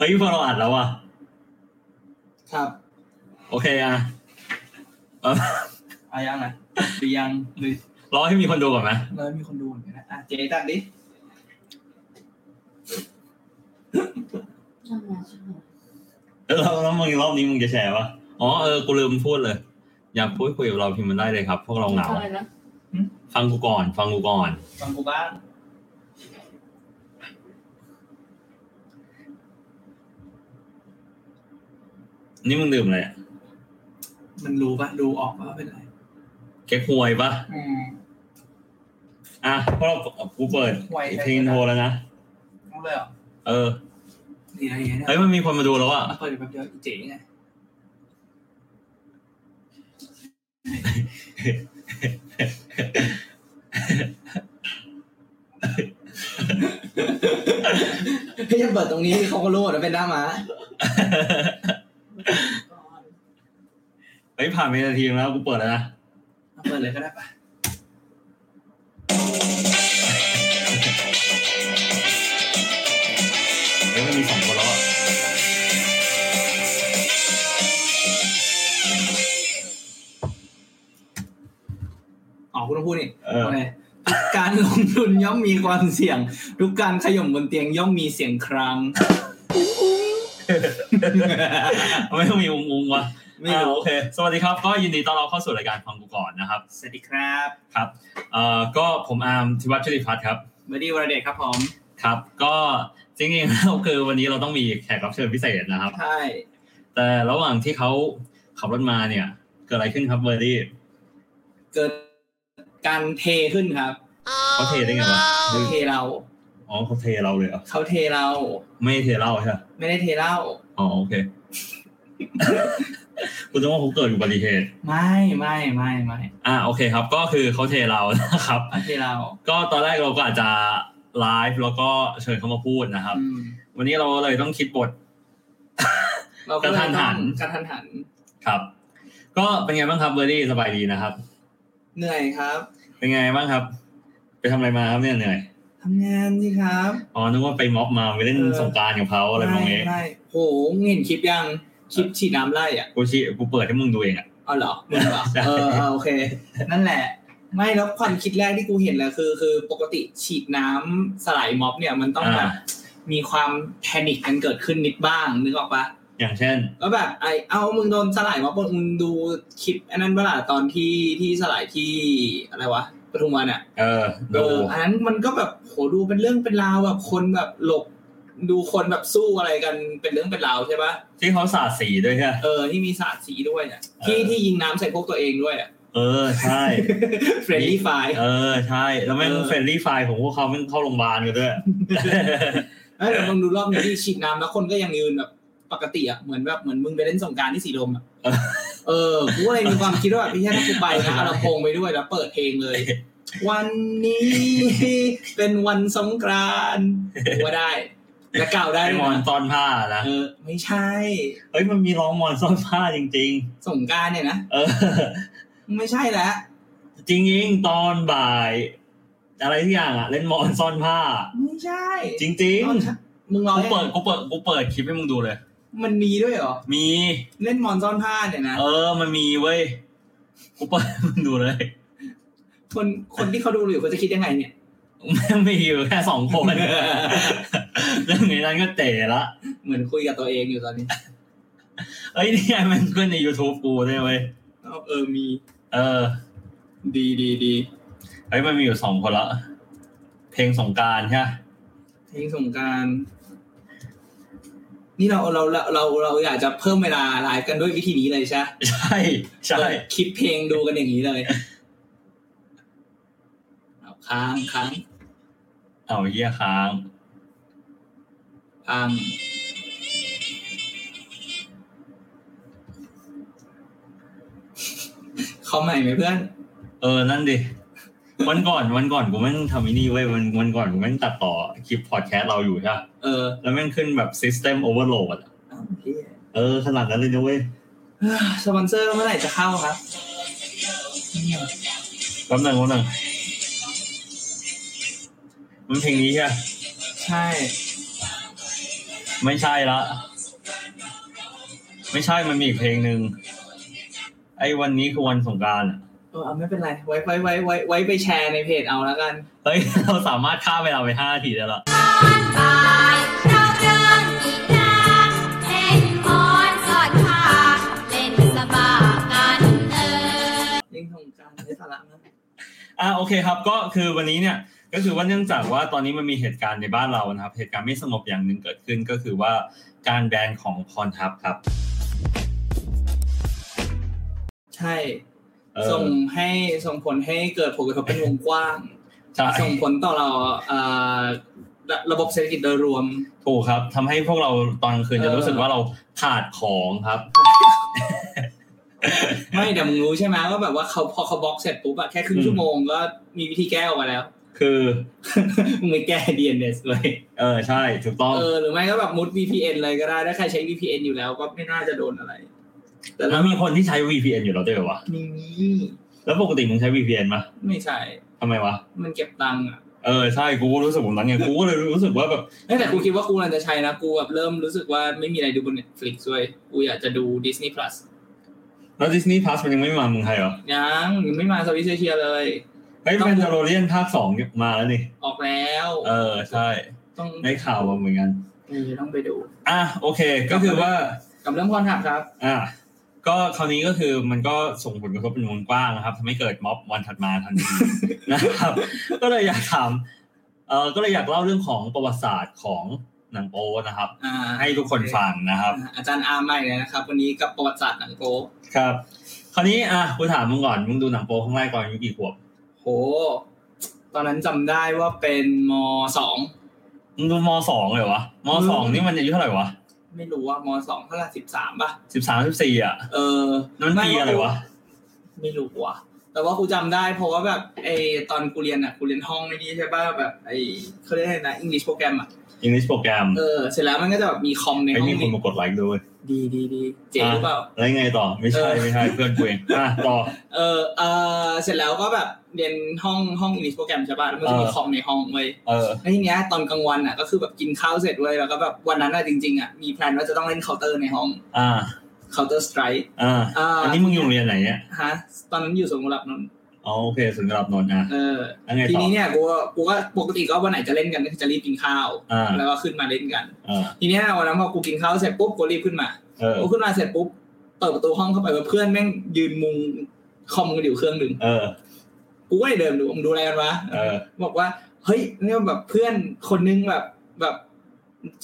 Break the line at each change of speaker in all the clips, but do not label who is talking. ฮ้ยพอเราอัดแล้วอ่ะ
ครับ
โอเคอ่ะเอ่อ
อายังอ่ะหรือยังหรือ
รอให้มีคนดูก่อนไหม
เรามีคนดูเหมือนกันนะอ่ะเจ๊ตัดดิ
ทำงานช่างหัว
เออแล้วแล้วมึงรอบนี้มึงจะแชร์ปะอ๋อเออกูลืมพูดเลย อยากพูดคุยกับเราพิมพ์มันได้เลยครับ พวกเราเหงา
อะไรนะ
ฟังกูก่อน ฟังกูก่อน
ฟังกูบ้าง
นี่มึงดื่มอะไรอะ
มันรู้ปะรู้ออกปะว่าเป็นอะไร
เก๊กฮวยปะ
อืม
อ่ะพวกเรากูเปิด
ฮวยอะไร
เพลงโทรแล้วนะ
ต้องเลยเหรอ
เออ
นี่อะไรเนี่ย
เฮ้ยมันมีคนมาดูแล้วอ่ะ
มาเปิดแป๊บเดียวอีเจ๊ไงให้ยังเปิดตรงนี้เขาก็รู้ว่าเป็นหน้าม้า
ก่อน
เฮ้ยผ่านไปนาทีนึงแล้วกูเปิดแล้วนะ
เปิดเลยก็ได้ปะ
เอ้ยมันมีสองคนแล้วอะ
อ๋อคุณต้องพูดนี่
เออ
โอเคการลงทุนย่อมมีความเสี่ยง ทุกการขย่มบนเตียงย่อมมีเสียงคราง
ไม่ต้องมีอุ้งอุ้งวะ
ไม่
อ่า
รู้
โอเค สวัสดีครับ ก็ยินดีต้อนรับเข้าสู่รายการฟังกูก่อนนะครับ
สวัสดีครับ
ครับ เอ่อ ก็ผมอาร์มธิวัฒน์ชุติพัฒน์ครับ
เบอร์ดี้วรเดชครับผม
ครับ ก็จริงๆแล้วคือวันนี้เราต้องมีแขกรับเชิญพิเศษนะครับ
ใช่
แต่ระหว่างที่เขาขับรถมาเนี่ย เกิดอะไรขึ้นครับเบอร์ดี้
เกิดการเทขึ้นครับ
เขาเทได้ไงวะ
เทเรา
อ๋อเขาเทเราเลยเหรอ
เขาเทเรา
ไม่เทเราใช่ปะ
ไม่ได้เทเหล่า
อ๋อโอเค คุณต้องว่าเขาเกิดอุบัติเหตุ
ไม่ไม่ไม่ไม่
อ่าโอเคครับ ก็คือเขาเทเรานะครับ
เขาเทเรา
ก็ตอนแรกเราก็อาจจะไลฟ์แล้วก็เชิญเขามาพูดนะครับ
อืม
วันนี้เราเลยต้องคิดบท
เราก็
ก
เลย
ระทันหัน
ต้องกระทันหัน
ครับ ก็เป็นไงบ้างครับเบอร์ดี้สบายดีนะครับ
เหนื่อยครับ
เป็นไงบ้างครับ ไปทำอะไรมาครับเนี่ยเหนื่อย
ทำงานสิครับ
อ๋อนึกว่าไปม็อบมาไปเล่น
เออ
สงกรารกับเขาอะไรมอง
ไม่
เงี้ย
ไม่โหเห็นคลิปยังคลิปฉีดน้ำไล่อ่ะ
กูชี้กูเปิดให้มึงดูเองอ่ะ
เอาเหรอมึงเหรอ
ใช่
เออเออโอเค นั่นแหละ ไม่แล้วความคิดแรกที่กูเห็นเลยคือ คือปกติฉีดน้ำสลายม็อบเนี่ยมันต้องแบบมีความแพนิคกันเกิดขึ้นนิดบ้างนึกออกปะ
อย่างเช่น
ก็แบบไอเอามึงโดนสลายม็อบมึงดูคลิปอันนั้นเวลาตอนที่ที่สลายที่อะไรวะปทุมวันอ่ะ
เออ
เอ
ดู
ออันนั้นมันก็แบบโหดูเป็นเรื่องเป็นราวแบบคนแบบหลบดูคนแบบสู้อะไรกันเป็นเรื่องเป็นราวใช่ปะ
ที่เขาสาดสีด้วยใช่ไหม
เออที่มีสาดสีด้วยเนี่ยที่
เออ
ที่ยิงน้ำใส่พวกตัวเองด้วยอะ
เออใช่
เฟรนลี่ไฟ
เออใช่แล้วแม่ง
เออ
เฟรนลี่ไฟล์ของพวกเขาแม่งเข้าโรงพยาบาลกันด้วย
เอ้ยแต่มึงดูรอบนี้ที่ฉีดน้ำแล้วคนก็ยังยืนแบบปกติอ่ะเหมือนแบบเหมือนมึงไปเล่นสงกรารที่สีลมอ่ะ
เออ
เออกูก็เลยมีความคิดว่าพี่แค่ถ้ากูไปนะเอาลำโพงไปด้วยแล้วเปิดเพลงเลย วันนี้เป็นวันสงกรานต์กูว่าได้ และกล่าวได้
ไอ้
ด้วย
มอน
นะ
ซ่อนผ้านะ
เออ ไม่ใช่
เอ้ยมันมีร้องมอนซ่อนผ้าจริง
สงกรารเนี่ยนะ
ๆ เออ
ไม่ใช่แล้ว
จริงยิงๆตอนบ่าย อะไรที่อย่างอ่ะ เล่นมอนซ่อนผ้า
ไม่ใช่
จริง
ตอนเช้ามึง
ๆ
รอ
กู
ให้
เปิดกูเปิดกูเปิดคลิปให้มึงดูเลย
มันมีด้วยเหรอ
มี
เล่นมอนซ่อนผ้าเนี่ยนะ
เออมันมีเว้ยกูเปิดให้มึงดูเลย
คนคนที่เขาดูอยู่เขาจะคิดยังไงเนี่ย
แม่งมีอยู่แค่สองคนเรื่องในนั้นก็เตะละ
เหมือนคุยกับตัวเองอยู่ตอนนี้
เอ้ยนี่ไงมันขึ้นใน YouTube กูด้วยเว้ย
เออมี
เออ
ดีดีดี
เอ้ยมันมีอยู่สองคนละเพลงสงกรารใช่ปะ
เพลงสงกราร นี่เราเราเราเราเราอยากจะเพิ่มเวลาไลฟ์กันด้วยวิธีนี้เลยใช่ไหม
ใช่ใช่
เปิดคลิปเพลงดูกันอย่างนี้เลยเอาค้างค้าง
เอาเยี่ยค้าง
ค้างเขาใหม่ไหมเพื่อน
เออ นั่นดิ วันก่อนวันก่อนกูแม่งทำไอินี่เว้ยวันวันก่อนกูแม่งตัดต่อคลิปพอดแคสต์เราอยู่ใช่ปะ
เออ
แล้วแม่งขึ้นแบบ system overload อะ
อ้าวเหี้ย
เออ ขนาดนั้นเลยนะเว้ย
เอ้อสปอนเซอร์เมื่อไหร่จะเข้าครับ
แป๊บหนึงแป๊บหนึงมันเพลงนี้ใช่ปะ
ใช่
ไม่ใช่ละ ไม่ใช่มันมีอีกเพลงหนึ่งไอ้วันนี้คือวันสงกราร
เออเอาไม่เป็นไร ไว้ไว้ไว้ไว้ไว้ไปแชร์ในเพจเอาแล้วกัน
เฮ้ย เราสามารถข้ามเวลาไปห้านาทีได้ละ
ลิงก์ของการได้สาระมาก
อ่าโอเคครับก็คือวันนี้เนี่ยก็คือว่าเนื่องจากว่าตอนนี้มันมีเหตุการณ์ในบ้านเรานะครับ เหตุการณ์ไม่สงบอย่างหนึ่งเกิดขึ้นก็คือว่าการแบนของพรทับครับ
ใช่
เออ
ส่งให้ส่งผลให้เกิดผลกระทบเป็นวงกว้าง
ใช่
ส่งผลต่อเราเอ่อระระบบเศรษฐกิจโดยรวม
ถูกครับทำให้พวกเราตอนกลางคืนจะ
เออ
รู้สึกว่าเราขาดของครับ
ไม่แต่มึงรู้ใช่ไหมว่าแบบว่าเขาพอเขาบล็อกเสร็จปุ๊บอะแค่ครึ่
อื
ง
ม
ชั่วโมงก็มีวิธีแก้ออกมา แล้ว
คือ
มึงไปแก้ DNS เลย
เออใช่ถูกต้อง
เออหรือไม่ก็แบบมุด VPN เลยก็ได้ถ้าใครใช้ VPN อยู่แล้วก็ไม่น่าจะโดนอะไร แต่
แล้
แล้ว ว
มีคนที่ใช้ VPN อยู่แล้วด้วยเหรอวะ
มี
แล้วปกติมึงใช้ VPN ปะ
ไม่ใช่
ทำไมวะ
มันเก็บตังค์อะ
เออใช่กูก็รู้สึกแบบนั้นไงกูก็เลยรู้สึกว่าแบบ
เอ้ยแต่กูคิดว่ากูน่าจะใช้นะกูแบบเริ่มรู้สึกว่าไม่มีอะไรดูบน Netflix ด้วยกูอยากจะดู Disney Plus
แล้วดิสนีย์พลัสมันยังไม่มาเมืองไทยเหรอ
ยังยังไม่มาสวิสเชียเลย
เฮ้ย
ต้อง
แมนดาโลเรียนภาคสองมาแล้วนี่
ออกแล้ว
เออใช่
ต้อง
ได้ข่าวมาเหมือนกัน
เออต้องไปดู
อ่ะโอเคก็คือว่า
กับเรื่องพรหับครับ
อ่ะก็คราวนี้ก็คือมันก็ส่งผลกระทบเป็นวงกว้างนะครับทำให้เกิดม็อบวันถัดมาทันที นะครับ ก็เลยอยากถามเออก็เลยอยากเล่าเรื่องของประวัติศาสตร์ของหนังโป๊นะครับ
อ่า
ให้ทุกคนฟังนะครับ
อ่าอาจารย์อาร์มใหม่เลยนะครับ วันนี้กับประวัติศาสตร์หนังโป๊
ครับ คราวนี้อ่ะกูถามมึงก่อนมึงดูหนังโป๊ครั้งแรกตอนอายุกี่ขวบ
โห ตอนนั้นจำได้ว่าเป็นมสอง
มึงดูมสองเลยวะมสอง
อืม
นี่มันอายุเท่าไหร่วะ
ไม่รู้ว่ามสองเท่าไหร่สิบสามป่ะ
สิบสามสิบสี่อ่ะ
เออ
นั่นมันปีอะไรวะ
ไม่รู้ว่ะ แต่ว่ากูจำได้เพราะว่าแบบไอตอนกูเรียนอ่ะกูเรียนห้องในนี้ใช่ป่ะแบบไอเขาเรียกอะไรนะอังกฤษโปรแกรมอ่ะ
อังกฤษโปรแกรม
เออ เสร็จแล้วมันก็จะแบบมีคอมใน
ไม่
ห้อง
มีคน
นี้
มากดไลค์ด้วย
ดีดีดีเจ๋งหรือเปล่า
แล้วยังไงต่อไม่ใช่ไม่ใช่เพื่อนกูเองอ่ะต่อ
เออเออเสร็จแล้วก็แบบเรียนห้องห้องอังกฤษโปรแกรมใช่ป่ะ แล้วมันจะมี
เออ
คอมในห้องเว้ย
เออ
แล้วทีเนี้ยตอนกลางวันอ่ะก็คือแบบกินข้าวเสร็จเว้ยแล้วก็แบบวันนั้นอ่ะจริงๆอ่ะมีแพลนว่าจะต้องเล่นเคาน์เตอร์ในห้อง
อ่า
เคาน์เตอร์สไตร์
อ่า
อ่า
อันนี้มึงอยู่โรงเรียนไหนเนี่ย
ฮะตอนนั้นอยู่สมุทรปรับนนท์
อ๋อโอเคสวนกลับนนท์อ่ะ
เออ
แล้วไง
ที
ต่อ
นี้เนี่ยกูก็กูก็ปกติก็วันไหนจะเล่นกันก็คือจะรีบกินข้าว
อ่า
แล้วก็ขึ้นมาเล่นกัน
อ่า
ทีเนี้ยวันนั้นพอกูกินข้าวเสร็จปุ๊บกูรีบขึ้นมา
เออ
กูขึ้นมาเสร็จปุ๊บเปิดประตูห้องเข้าไปว่าเพื่อนแม่งยืนมุงคอมกันอยู่เครื่องหนึ่ง
เออ
กูก็เลยเดินดูมึงดูอะไรกันวะ
เออ
บอกว่าเฮ้ยเนี่ยแบบเพื่อนคนนึงแบบแบบ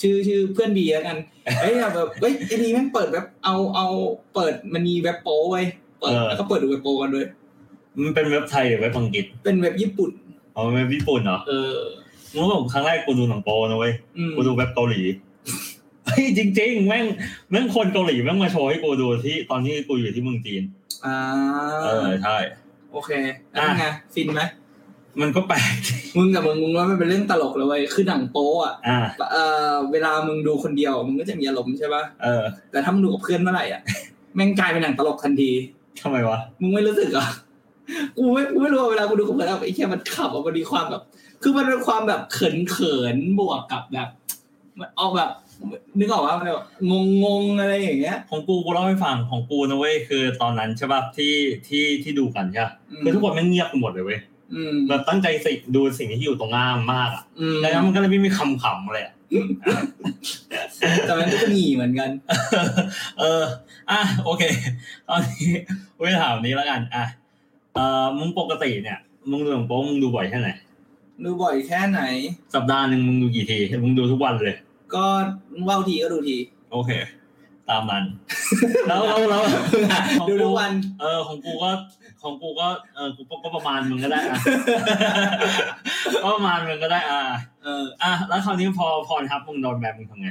ชื่อชื่อเพื่อนบีแล้วกันเฮ้ยแบบเฮ้ยไอ้นี่แม่งเปิดแบบเอาเอาเปิดมันมีเว็บโป้ไว้ยเปิด
เออ
แล้วก็เปิดดูเว็บโป้กันด้วย
มันเป็นเว็บไทยหรือเว็บอังกฤษ
เป็นเว็บญี่ปุ่น
อ๋อเว็บญี่ปุ่นเหรอ
เออ
มึงบอกครั้งแรกกูดูหนังโปนะเว้ย
อืม
กูดูเว็บเกาหลี เฮ้ยจริง ๆ แม่งแม่งคนเกาหลีแม่งมาโชว์ให้กูดูที่ตอนที่กูอยู่ที่เมืองจีน
อ่า
เออใช่
โอเคแล้วเป็นไงฟินไหม
มันก็แปลก
มึงกับมึงมึงว่ามันเป็นเรื่องตลกเลยเว้ยคือหนังโป๊อ่ะ
อ่า
เออเวลามึงดูคนเดียวมึงก็จะมีอารมณ์ใช่ป่ะ
เออ
แต่ถ้ามึงดูกับเพื่อนเมื่อไหร่อ่ะ แม่งกลายเป็นหนังตลกทันที
ทำไมวะ
มึงไม่รู้สึกเหรอ่ะ กูไม่กูไม่รู้ว่าเวลากูดูคอมเมนต์ไอ้เหี้ยมันขับอ่ะมันมีความแบบ คือมันเป็นความแบบเขินเขินๆบวกกับแบบ มันออกแบบ นึกออกว่ามันแบบงงงงๆอะไรอย่างเงี้ย
ของกูกูเล่าให้ฟังของกูนะเว้ยคือตอนนั้นใช่ป่ะที่ที่ที่ดูกันใช่ปะ
ม
คือทุกคนแม่งเงียบกันหมดเลยเว้ย
อืม
แบบตั้งใจสิดูสิ่งที่อยู่ตรงหน้ามากอะ
อืม
ดังนั้นมันก็เลยไม่มีคำขำเลยอะ
แต่มันก็หนีเหมือนกัน
เออ อ่ะ โอเค ตอนนี้ เวลาถามนี้แล้วกัน อ่ะ เออมึงปกติเนี่ย มึงดูหนังโป๊มึงดูบ่อยแค่ไหน
ดูบ่อยแค่ไหน
สัปดาห์หนึ่งมึงดูกี่ที มึงดูทุกวันเลย
ก็ว่าวทีก็ดูที
โอเค ตามนั้น แล้วแล้วแล้ว
ดูทุกวัน
เออ ของกูก็ ของกูก็ เออ กูก็ประมาณมึงก็ได้อ่ ะ ก็ประมาณมึงก็ได้ อ่ะ
เออ
อ่ะ แล้วคราวนี้พอพรทับมึงโดนแบบมึงทำไง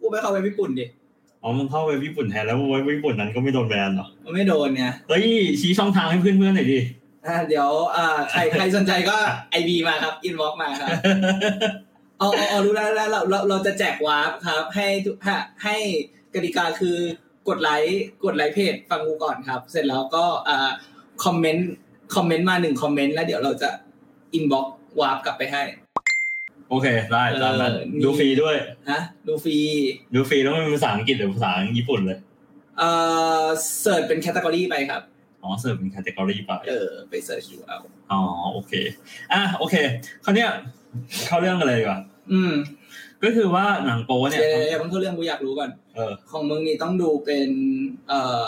กูไปเข้าไปญี่ปุ่นดิ
อ๋อ มึงเข้าไปญี่ปุ่นแทนแล้วเว้ยญี่ปุ่นนั้นก็ไม่โดนแบนเหรอ
มันไม่โดนไง
เฮ้ยชี้ช่องทางให้เพื่อนๆหน่อยดิ
อ่ะเดี๋ยวอ่าใครใครสนใจก็ไอบีมาครับ อินบ็อกมา ครับ เอาเอาเอารู้แล้วรู้แล้วเราเราเราจะแจกวาร์ปครับ ให้ทุกให้ให้กติกาคือกดไลค์กดไลค์เพจฟังกูก่อนครับ เสร็จแล้วก็อ่าคอมเมนต์คอมเมนต์มาหนึ่งคอมเมนต์แล้วเดี๋ยวเราจะอินบ็อกวาร์ปกลับไปให้
โอเค ได้ตามนั้น
เออนี่
ดูฟรีด้วย
ฮะดูฟรี
ดูฟรีแล้วมันเป็นภาษาอังกฤษหรือภาษาญี่ปุ่นเลย
เอ่อเสิร์ชเป็นแคตตา o r y ไปครับ
อ๋อเสิร์ฟเป็นแคตตากรีไป
เออ ไปเสิร์ชดูเอา
อ๋อโอเค อ่ะโอเค คราวเนี้ยเข้าเรื่องกันเลยดีกว่า
อืม
ก็คือว่าหนังโป๊เนี่ย
เดี๋ยวเดี๋ยวเพิ่งเข้าเรื่องกูอยากรู้ก่อน
เออ
ของมึงนี่ต้องดูเป็น เอ่อ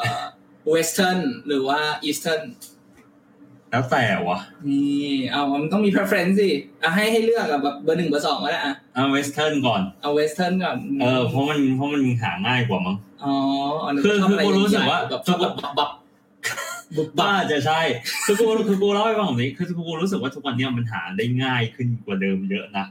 เวสเทิร์นหรือว่าอีสเทิร์น
แล้วแต่วะ
นี่เอามันต้องมี preference สิอ่ะให้ให้เลือกอะแบบเบอร์หนึ่งเบอร์สองก็ได้อ่ะ
เอาเวสเทิร์นก่อน
เอาเวสเทิร์นก่อน
เออเพราะมันเพราะมันหาง่ายกว่ามั้ง
อ๋ออ๋อหนู
คือ
ชบะไ
คือกูรู้สึกว่า
แบบชอบแบบบับบับ
บุบบ้าจะใช่ คือกูคือกูเล่าให้ฟังแบบนี้คือกูรู้สึกว่าทุกวันเนี้ยมันหาได้ง่ายขึ้นกว่าเดิมเยอะนะ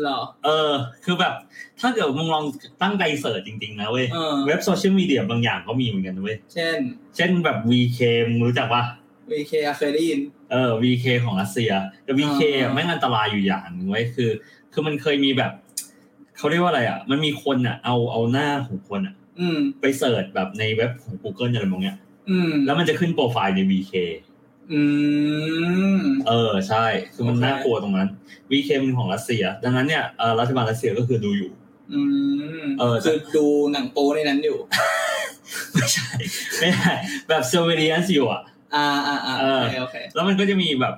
เหรอ
เออ คือแบบถ้าเกิดมึงลองตั้งใจเสิร์ชจริงๆนะเว้ย
เออ
เว็บโซเชียลมีเดียบางอย่างก็มีเหมือนกันเว้ย
เช่น
เช่นแบบ VK มึงรู้จักปะ
VK อะเคยได้ยิน
เออ VK ของรัสเซียแต่ VK
อ่า
ไม่งอันตรายอยู่อย่างหนึงไว้ยคือ คือมันเคยมีแบบ เขาเรียกว่าอะไรอ่ะ มันมีคนอ่ะ เอาเอาหน้าของคนอ่ะ
อืม
ไปเสิร์ชแบบในเว็บของ Google อะไรมองเนี้ย
อืม
แล้วมันจะขึ้นโปรไฟล์ใน VK
อืม
เออใช่ คือมัน
โอเค
น่ากลัวตรงนั้น VK มันของรัสเซีย ดังนั้นเนี่ยเอ่อรัฐบาลรัสเซียก็คือดูอยู่
อืม
เออ
คือดูหนังโป๊ในนั้นอยู่
ไม่ใช่ ไม่ใช่แบบ surveillance อยู่อ่ะ
อ่าอ่าอ่า
เอ
โอ
อ
เคโอเค
แล้วมันก็จะมีแบบ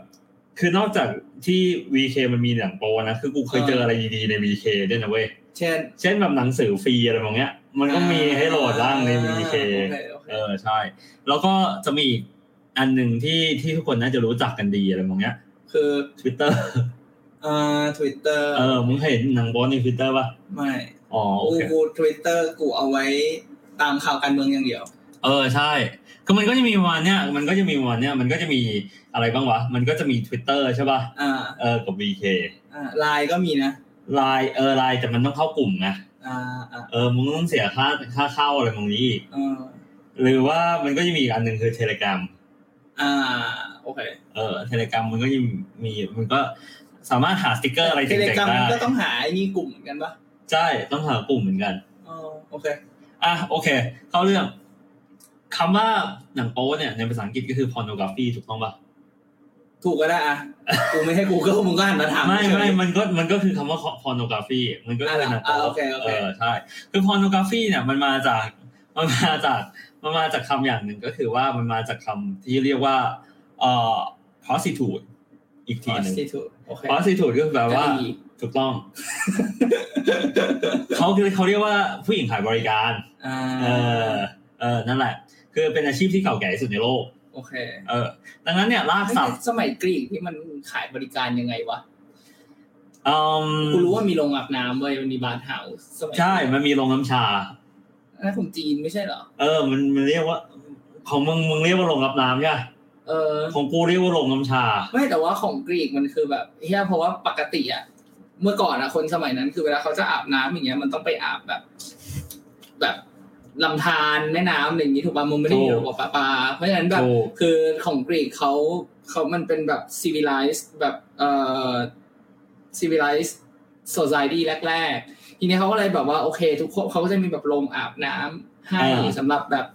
คือนอกจากที่ VK มันมีหนังโปนะ คือกูเคย
อ่า
เจออะไรดีๆใน VK ด้วยนะเว้ย
เช่น
เช่นแบบหนังสือฟรีอะไรแบบเนี้ย มันก็มีให้โหลดบ้างใน VK
โอเคโอเค
เออใช่ แล้วก็จะมีอีกอันหนึ่งที่ที่ทุกคนน่าจะรู้จักกันดีอะไรแบบเนี้ย
คือ
Twitter
อ่าทวิตเตอร์
เออมึงเคยเห็นหนังโปใน Twitter ป่ะ
ไม่
อ๋อโอ
กู
เค
กูทวิตเตอร์กูเอาไว้ตามข่าวการเมืองอย่างเดียว
เออใช่ คือมันก็จะมีประมาณเนี้ย มันก็จะมีประมาณเนี้ย มันก็จะมีอะไรบ้างวะ มันก็จะมี Twitter ใช่ป่ะ
อ่า
เออ กับ VK
อ่าไลน์ก็มีนะ
ไลน์เออไลน์แต่มันต้องเข้ากลุ่มไง
อ่าอ่า
เออ มึงต้องเสียค่าค่าเข้าอะไรตรงนี้อีก
อ่า
หรือว่ามันก็จะมีอีกอันหนึ่งคือเทเลกร m ม
อ่าโอเค
เออเทเลกร m มมันก็ยังมี มันก็สามารถหาสติกเกอร์อะไร
เท
เจ๋
เล
งๆ
กรรม
ได้
ก็ต้องหาไอ้นี่กลุ่มเหมือนกันปะ
ใช่ ต้องหากลุ่มเหมือนกัน
อ๋อโอเค
อ่ะ โอเค เข้าเรื่องคำว่าหนังโป๊เนี่ย ในภาษาอังกฤษก็คือ pornography ถูกต้องปะ
ถูกก็ได้อ่ะ กูไม่ให้กูก็มึงก็หันมาถาม
ไม่
เฉย
ไม่มันก็มันก็คือคำว่า pornography มันก็คือหนังโป๊
อ่ะโอเคโอเค
อใช่ คือ pornography เนี่ยมันมาจากมันมาจากมันมาจากคำอย่างหนึ่งก็คือว่ามันมาจากคำที่เรียกว่าเอ่อ prostitute อีกทีหนึ่ง
ที่ถูกโอเค
prostitute ก็คือแปลว่า ถูกต้อง เขาคือเขาเรียกว่าผู้หญิงขายบริการ
อ่า
เออ เออ นั่นแหละ คือเป็นอาชีพที่เก่าแก่ที่สุดในโลก
โอเค
เออ ดังนั้นเนี่ยลากศัพท์
สมัยกรีกที่มันขายบริการยังไงวะ
อืม
กูรู้ว่ามีโรงอาบน้ำเว้ยมันมีบาร์เฮาส์สมัย
ใช่ มันมีโรงน้ำชา
นั่นของจีนไม่ใช่เหรอ
เออ มันมันเรียกว่า ของมึงมึงเรียกว่าโรงรับน้ำใช่ปะ
เออ
ของกูเรียกว่าโรงน้ำชา
ไม่แต่ว่าของกรีกมันคือแบบเฮียเพราะว่าปกติอะเมื่อก่อนอะคนสมัยนั้นคือเวลาเขาจะอาบน้ำอย่างเงี้ยมันต้องไปอาบแบบ แบบลำธารแม่น้ำอะไรอย่างงี้ถูกป่ะมันไม่ได้มี
ถูก
ระบบประปา เพราะฉะนั้นแบบ
ถูก
คือของกรีกเขาเขามันเป็นแบบ civilized แบบเอ่อ civilized society แรกๆ ทีนี้เขาก็เลยแบบว่าโอเค ทุกคนเขาก็จะมีแบบโรงอาบน้ำให้
อ่า
สำหรับแบบ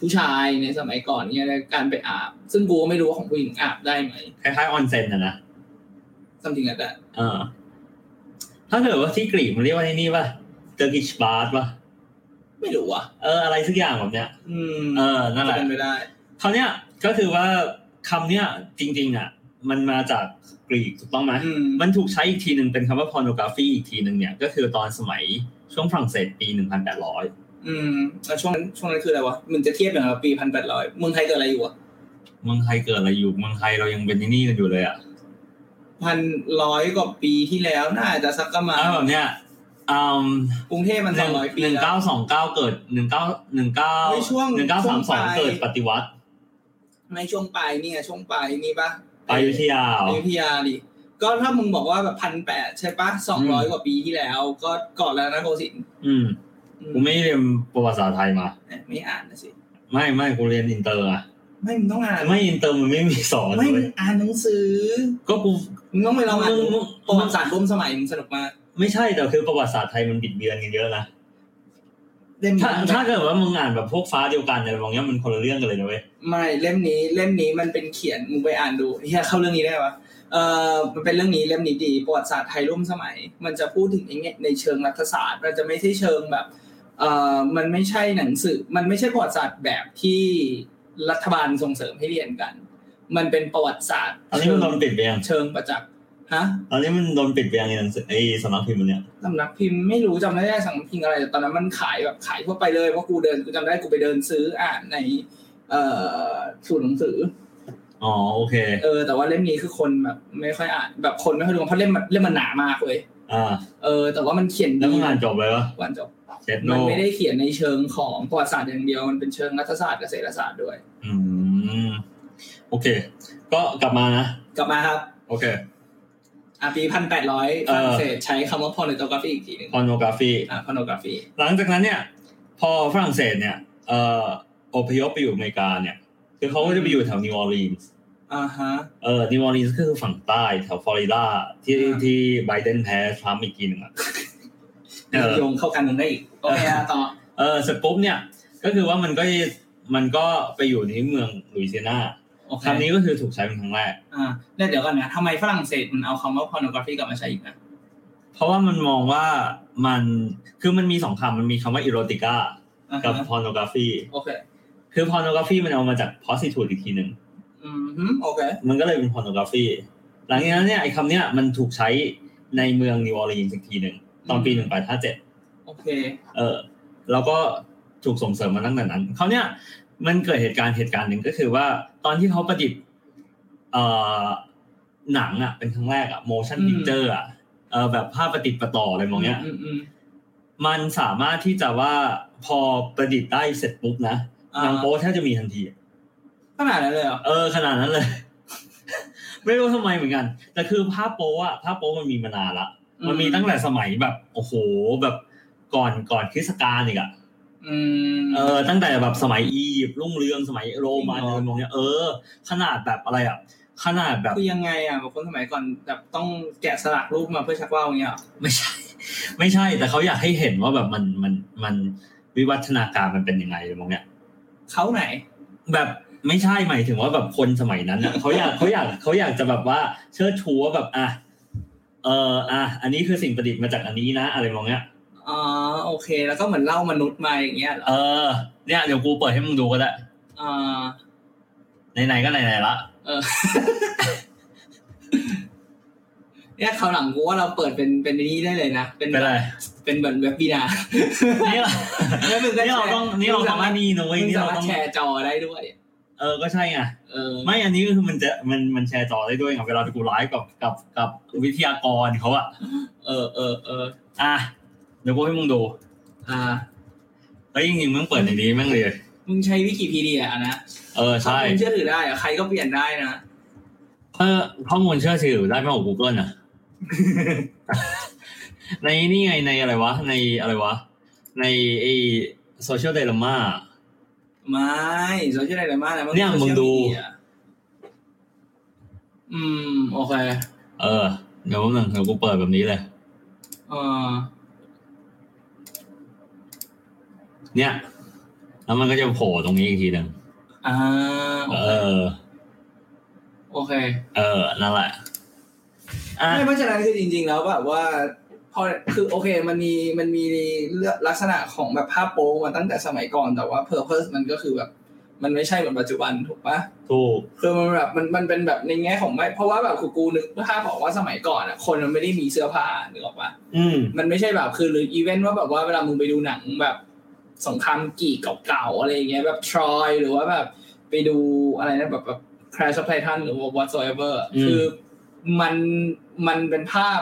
ผู้ชายในสมัยก่อนเนี่ยในการไปอาบ ซึ่งกูก็ไม่รู้ว่าของผู้หญิงอาบได้ไหม
คล้ายๆออนเซ็นอะนะ
ซัม i ิงอะแต่
เออ ถ้าเกิดว่าที่กรีกมันเรียกว่าที่นี่ป่ะเ u อร์กิชบาร์ป่ะ
ไม่รู้อ่ะ
เออ อะไรสักอย่างแบบเนี้ย
อืม
เออ นั่นแหละ
เป็นไปได้
คราวเนี้ยก็คือว่าคำเนี้ยจริงๆอ่ะมันมาจากกรีกถูกต้องไหม
อืม
มันถูกใช้อีกทีหนึ่งเป็นคำว่า pornography อีกทีหนึ่งเนี่ยก็คือตอนสมัยช่วงฝรั่งเศสปี 1800
อืมแล้วช่วงนั้นช่วงนั้นคืออะไรวะมึงจะเทียบอย่างกับปีพันแปดร้อยมึงไทยเกิดอะไรอยู่อะ
เมืองไทยเกิดอะไรอยู่เมืองไทยเรายังเป็นนี่กันอยู่เลยอ่ะ
พันร้อยกว่าปีที่แล้วน่าจะสักประมาณ
แล้วแบบเนี้ยอืม
กรุงเทพมัน
ห
ส
นึ่
องงร้อยปี
หนึ่ง
แล้ว
เก้าสองเก้าเกิดหนึ่งเก้าหนึ่งเก้า
เฮ้ยช่วง
หนึ่งเก้า
ช่ว
สาง มส
ป
อ
ลาง ย
เกิดปฏิวัติ
ในช่วงปลายเนี่ยช่วงปลายนี่ปะ
อยุธยา
อยุธยาดิก็ถ้ามึงบอกว่าแบบพันแปดใช่ปะสองร้อยกว่าปีที่แล้ว ก็ก่อนแล้วนะโกสินทร์
อืม
อื
กูไม่ได้เรียนประวัติศาสตร์ไทยมา
ไม่อ่านนะสิ
ไม่ไม่กูเรียนอินเตอร์อะ
ไม่มึงต้องอ่าน
ไม่อินเตอร์มันไม่มีสอน
ไม่
เล
มึ
ย
งอ่านหนังสือ
ก็กู
มึงต้องไปลองอ่าน
มึงมึง
ประวัติศาสตร์ร่วมสมัยมึงสนุกมาก
ไม่ใช่แต่คือประวัติศาสตร์ไทยมันบิดเบือนกันเยอะนะ
เล่ม
ถ้า
นี้
ถ้าเกิดว่ามึงอ่านแบบพวกฟ้าเดียวกันอะไรบางอย่างมันคนละเรื่องกันเลยนะเว้ย
ไม่เล่มนี้เล่มนี้มันเป็นเขียนมึงไปอ่านดูเฮียเข้าเรื่องนี้ได้ปะ เอ่อมันเป็นเรื่องนี้เล่มนี้ดีประวัติศาสตร์ไทยร่วมสมัย มันจะพูดถึงในแง่ในเชิงรัฐศาสตร์ มันจะไม่ใช่เชิงแบบเอ่อมันไม่ใช่หนังสือ มันไม่ใช่ประวัติศาสตร์แบบที่รัฐบาลส่งเสริมให้เรียนกัน มันเป็นประวัติศาสตร์
ตอนนี้มันโดนปิดไปยัง
เชิงประจักษ์ฮะ
ตอนนี้มันโดนปิดไปยังไอ้หนังสือไอ้สำนักพิมพ์มันเนี่ย
สำนักพิมพ์ไม่รู้จำไม่ได้สำนักพิมพ์อะไรแต่ตอนนั้นมันขายแบบขายทั่วไปเลยเพราะกูเดินกูจำได้กูไปเดินซื้ออ่านใน เอ่อสูตรหนังสือ
อ๋อโอเค
เออแต่ว่าเล่มนี้คือคนแบบไม่ค่อยอ่านแบบคนไม่ค่อยดูเพราะเล่มมันเล่มมันหนามากเว้ย
อ่า
เออแต่ว่ามันเขียน
แล้ว
ดี
มึงอ่านจบเลยวะ
วันจบ
เช็ดโน
มันไม่ได้เขียนในเชิงของประวัติศาสตร์อย่างเดียวมันเป็นเชิงรัฐศาสตร์เกษตรศาสตร์ด้วย
อืมโอเค ก็กลับมานะ
กลับมาครับ
โอเค
อ่ะปีพันแปดร้อย
เอ
ฝ
อ
รั่งเศสใช้คำว่าพอนโตกราฟีอีกทีหนึ่ง
พอนโนกราฟี
อ่ะพอนโตกราฟี
หลังจากนั้นเนี่ย พอฝรั่งเศสเนี่ยเอ่ออพยพไปอยู่อเมริกาเนี่ย คือเขาก็จะไปอยู่แถวนิวออร์ลีนส์
อ่าฮะ
เออนิวออร์ลีนส์ก็คือฝั่งใต้แถวฟลอริดาที่
อ่า
ที่ไบเดนแพ้ทรัมป์อีกทีหนึงอะเออ
โยงเข้ากันมึงได้อีกโอเคอ่ะต่อ
เออเสร็จปุ๊บเนี่ย ก็คือว่ามันก็มันก็ไปอยู่ในเมืองลุยเซียนา
โอเค
คำนี้ก็คือถูกใช้เป็นครั้งแรก
อ่าแล้วเดี๋ยวก่อนนะทำไมฝรั่งเศสมันเอาคำว่า pornography กลับมาใช้อีกนะ
เพราะว่ามันมองว่ามันคือมันมีสองคำมันมีคำว่าอีโรติก้า
อ่า
กับ
ฮะ
พอนกราฟี
โอเค
คือพอนกราฟีมันเอามาจากพอสิทูดอีกทีหนึ่ง
อืมฮึโอเค
มันก็เลยเป็นพอนกราฟี หลังจากนั้นเนี่ยไอ้คำเนี้ยมันถูกใช้ในเมืองนิวออร์ลีนส์อีกทีหนึ่งตอนปี
อืม
หนึ่งแปดห้าเจ็ด
โอเค
เออแล้วก็ถูกส่งเสริมมาตั้งแต่นั้นเขาวเนี่ยมันเกิดเหตุการณ์เหตุการณ์หนึ่งก็คือว่าตอนที่เขาประดิษฐ์เอ่อหนังอ่ะเป็นครั้งแรกอ่ะ motion
อืม
picture อ่ะเออแบบภาพประติดประต่ออะไรมองเนี้ย
อืมอืม
มันสามารถที่จะว่าพอประดิษฐ์ได้เสร็จปุ๊บนะ
อ่า
หนางโป๊แทบจะมีทันที
ขนาดนั้นเลยเหรอ
เออขนาดนั้นเลย ไม่รู้ทำไมเหมือนกันแต่คือภาพโป๊อะภาพโป๊มันมีมานานละมันมีตั้งแต่สมัยแบบ โอ้โหแบบก่อนก่อนคริสตกาลอีกอะ
อืม
เออตั้งแต่แบบสมัยอียิปต์รุ่งเรืองสมัยโรมัน
จริงเหรอ
อะไรมองเนี้ยเออ ขนาดแบบอะไรอะขนาดแบบ
คือยังไงอ่ะแบบคนสมัยก่อนแบบต้องแกะสลักรูปมาเพื่อชักว่าวอย่างเงี้ยเหรอ
ไม่ใช่ ไม่ใช่ แต่เขาอยากให้เห็นว่าแบบมันมันมันวิวัฒนาการมันเป็นยังไงมองเนี้ย
เขาไหน
แบบไม่ใช่หมายถึงว่าแบบคนสมัยนั้นน่ะ เขาอยากเขาอยากเขาอยากจะแบบว่าเชิดชูว่าแบบอ่ะเอออ่ะอันนี้คือสิ่งประดิษฐ์มาจากอันนี้นะอะไรมองเนี้ย
อ๋อโอเค แล้วก็เหมือนเล่ามนุษย์มาอย่างเงี้ยเหรอ
เออเนี่ยเดี๋ยวกูเปิดให้มึงดูก็ได้
อ่า
ไหนๆก็ไหนๆละ
เออ เนี่ยคราวหลังกูว่าเราเปิดเป็นเป็นนี่ได้เลยนะเป็น
ไม่เป็ นไร
เป็นเหมือนเว็บบีนา
นี่เรา
แล้วมึงก็
นี่เรา
แชร์
ต้องนี่เรา
มึง
ต้
สา
อง
มารถ
นี่นะเว้ย
มึง
นี่
สา
เรา
มาร
ต้
ถ
อง
แชร์จอได้ด้วย
เออก็ใช่ไง
เออ
ไม่อันนี้ก็คือมันจะมันมันแชร์จอได้ด้วยไงเวลาที่กูไลฟ์กับกับกับวิทยากรเขาอะ
เออเออเออ
อ่ะเดี๋ยวกูให้มึงดู
อ่า
เฮ้ยจริงๆมึงเปิดในนี้แม่งเลย
มึงใช้วิกิพีเดียอะนะ
เออ
ข้อ
ใช่
มูลเชื่อถือได้อะใครก็เปลี่ยนได้นะ
เออข้อมูลเชื่อถือได้ไหมของ Google นะ ในนี่ไงในอะไรวะ ในอะไรวะ ในไอโซเชียลเดลม่า
ไม่โซเชียลไดราม่านะมั
เนี่ย
คือ social
มึงดู
media อืม โอเค
เออ เดี๋ยวแป๊บนึงเดี๋ยวกูเปิดแบบนี้เลย
เออ
เนี่ย แล้วมันก็จะโผล่ตรงนี้อีกทีหนึ่ง
อ่า
เออ
โอเค
เออ นั่นแหละอ่ะ
ไม่เพราะฉะนั้นคือจริง ๆ แล้วแบบว่า พอคือโอเค มันมีมันมีเลือกลักษณะของแบบภาพโป๊มาตั้งแต่สมัยก่อนแต่ว่าเพอร์เพสมันก็คือแบบ มันไม่ใช่เหมือนปัจจุบันถูกปะ
ถูก
คือมันแบบมันมันเป็นแบบในแง่ของไม่เพราะว่าแบบกูกูนึกภาพบอกว่าสมัยก่อนอ่ะคนมันไม่ได้มีเสื้อผ้านึกออกปะ
อืม
มันไม่ใช่แบบคือหรืออีเวนต์ว่าแบบว่าเวลามึงไปดูหนังแบบสงครามกี่เก่าๆอะไรอย่างเงี้ยแบบทรอยหรือว่าแบบไปดูอะไรนะแบบแบบ Crash of Titan หรือว่า whatsoever
อืม
คือมันมันเป็นภาพ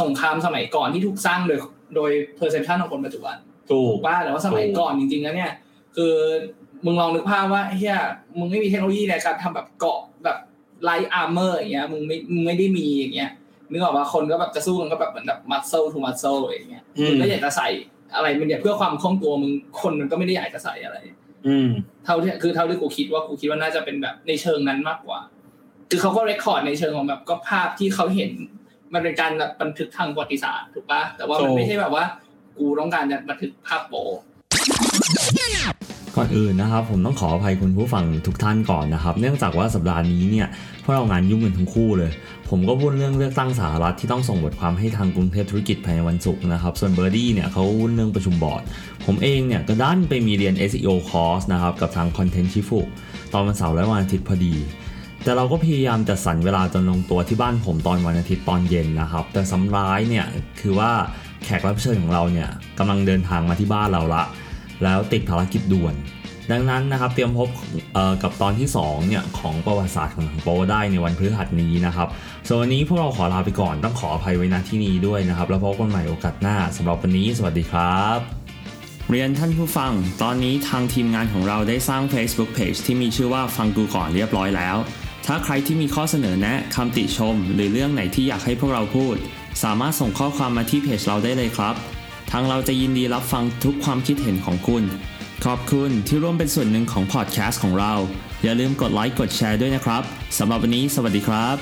สงครามสมัยก่อนที่ถูกสร้างโดยโดย perception ของคนปัจจุบัน
ถูก
ถูกป่ะแต่ว่าสมัยก่อนจริงๆแล้วเนี่ยคือมึงลองนึกภาพว่าเฮียมึงไม่มีเทคโนโลยีในการทำแบบเกราะแบบไลท์อาร์เมอร์อย่างเงี้ยมึงไม่มึงไม่ได้มีอย่างเงี้ยนึกออกว่าคนก็แบบจะสู้กันก็แบบเหมือนแบบมัดโซ่ทูมัดโซ่อย่างเงี้ย
อื
มึ
ม
งก็อยากจะใส่อะไรมันเนี่ยเพื่อความคล่องตัวมึงคนมันก็ไม่ได้อยากจะใส่อะไร
อืม
เท่าที่คือเท่าที่กูคิดว่ากูคิดว่าน่าจะเป็นแบบในเชิงนั้นมากกว่า คือเขาก็เรคคอร์ดในเชิงของแบบก็ภาพที่เขาเห็น มันเป็นการแบบบันทึกทางประวัติศาสตร์ถูกปะแต่ว่ามัน
ถูก
ไม่ใช่แบบว่า กูต้องการจะบันทึกภาพโป
ข ก่อนอื่นนะครับ ผมต้องขออภัยคุณผู้ฟังทุกท่านก่อนนะครับ เนื่องจากว่าสัปดาห์นี้เนี่ยพวกเรางานยุ่งกันทั้งคู่เลย ผมก็พูดเรื่องเลือกตั้งสหรัฐที่ต้องส่งบทความให้ทางกรุงเทพธุรกิจภายในวันศุกร์นะครับ ส่วนเบอร์ดี้เนี่ยเขาวุ่นเรื่องประชุมบอร์ด ผมเองเนี่ยก็ด้านไปมีเรียน SEO course นะครับกับทาง Content ชิฟุตอนวันเสาร์และวันอาทิตย์พอดี แต่เราก็พยายามจัดสรรเวลาจนลงตัวที่บ้านผมตอนวันอาทิตย์ตอนเย็นนะครับ แต่สำร้ายเนี่ยคือว่าแขกรับเชิญของเราเนี่ยกำลังเดินทางมาที่บ้านเราละ แล้วติดภารกิจด่วน ดังนั้นนะครับเตรียมพบเอ่อกับตอนที่2เนี่ยของประวัติศาสตร์ของหนังโปได้ในวันพฤหัสนี้นะครับส่วนวันนี้พวกเราขอลาไปก่อนต้องขออภัยไว้ณที่นี้ด้วยนะครับ แล้วพบกันใหม่โอกาสหน้าสำหรับวันนี้สวัสดีครับ เรียนท่านผู้ฟัง ตอนนี้ทางทีมงานของเราได้สร้าง Facebook Page ที่มีชื่อว่าฟังกูก่อนเรียบร้อยแล้ว ถ้าใครที่มีข้อเสนอแนะคำติชม หรือเรื่องไหนที่อยากให้พวกเราพูด สามารถส่งข้อความมาที่เพจเราได้เลยครับ ทางเราจะยินดีรับฟังทุกความคิดเห็นของคุณ ขอบคุณที่ร่วมเป็นส่วนหนึ่งของพอดแคสต์ของเรา อย่าลืมกดไลค์กดแชร์ด้วยนะครับสำหรับวันนี้สวัสดีครับ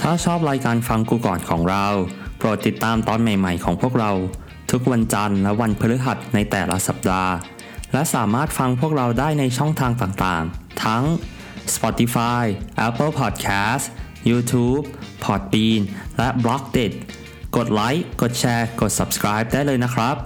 ถ้าชอบรายการฟังกูก่อนของเรา โปรดติดตามตอนใหม่ๆของพวกเรา ทุกวันจันทร์และวันพฤหัสในแต่ละสัปดาห์ และสามารถฟังพวกเราได้ในช่องทางต่างๆ ทั้ง Spotify, Apple Podcast, YouTube, Podbean และ b l o c k d i t กดไลค์ กดแชร์ กด subscribe ได้เลยนะครับ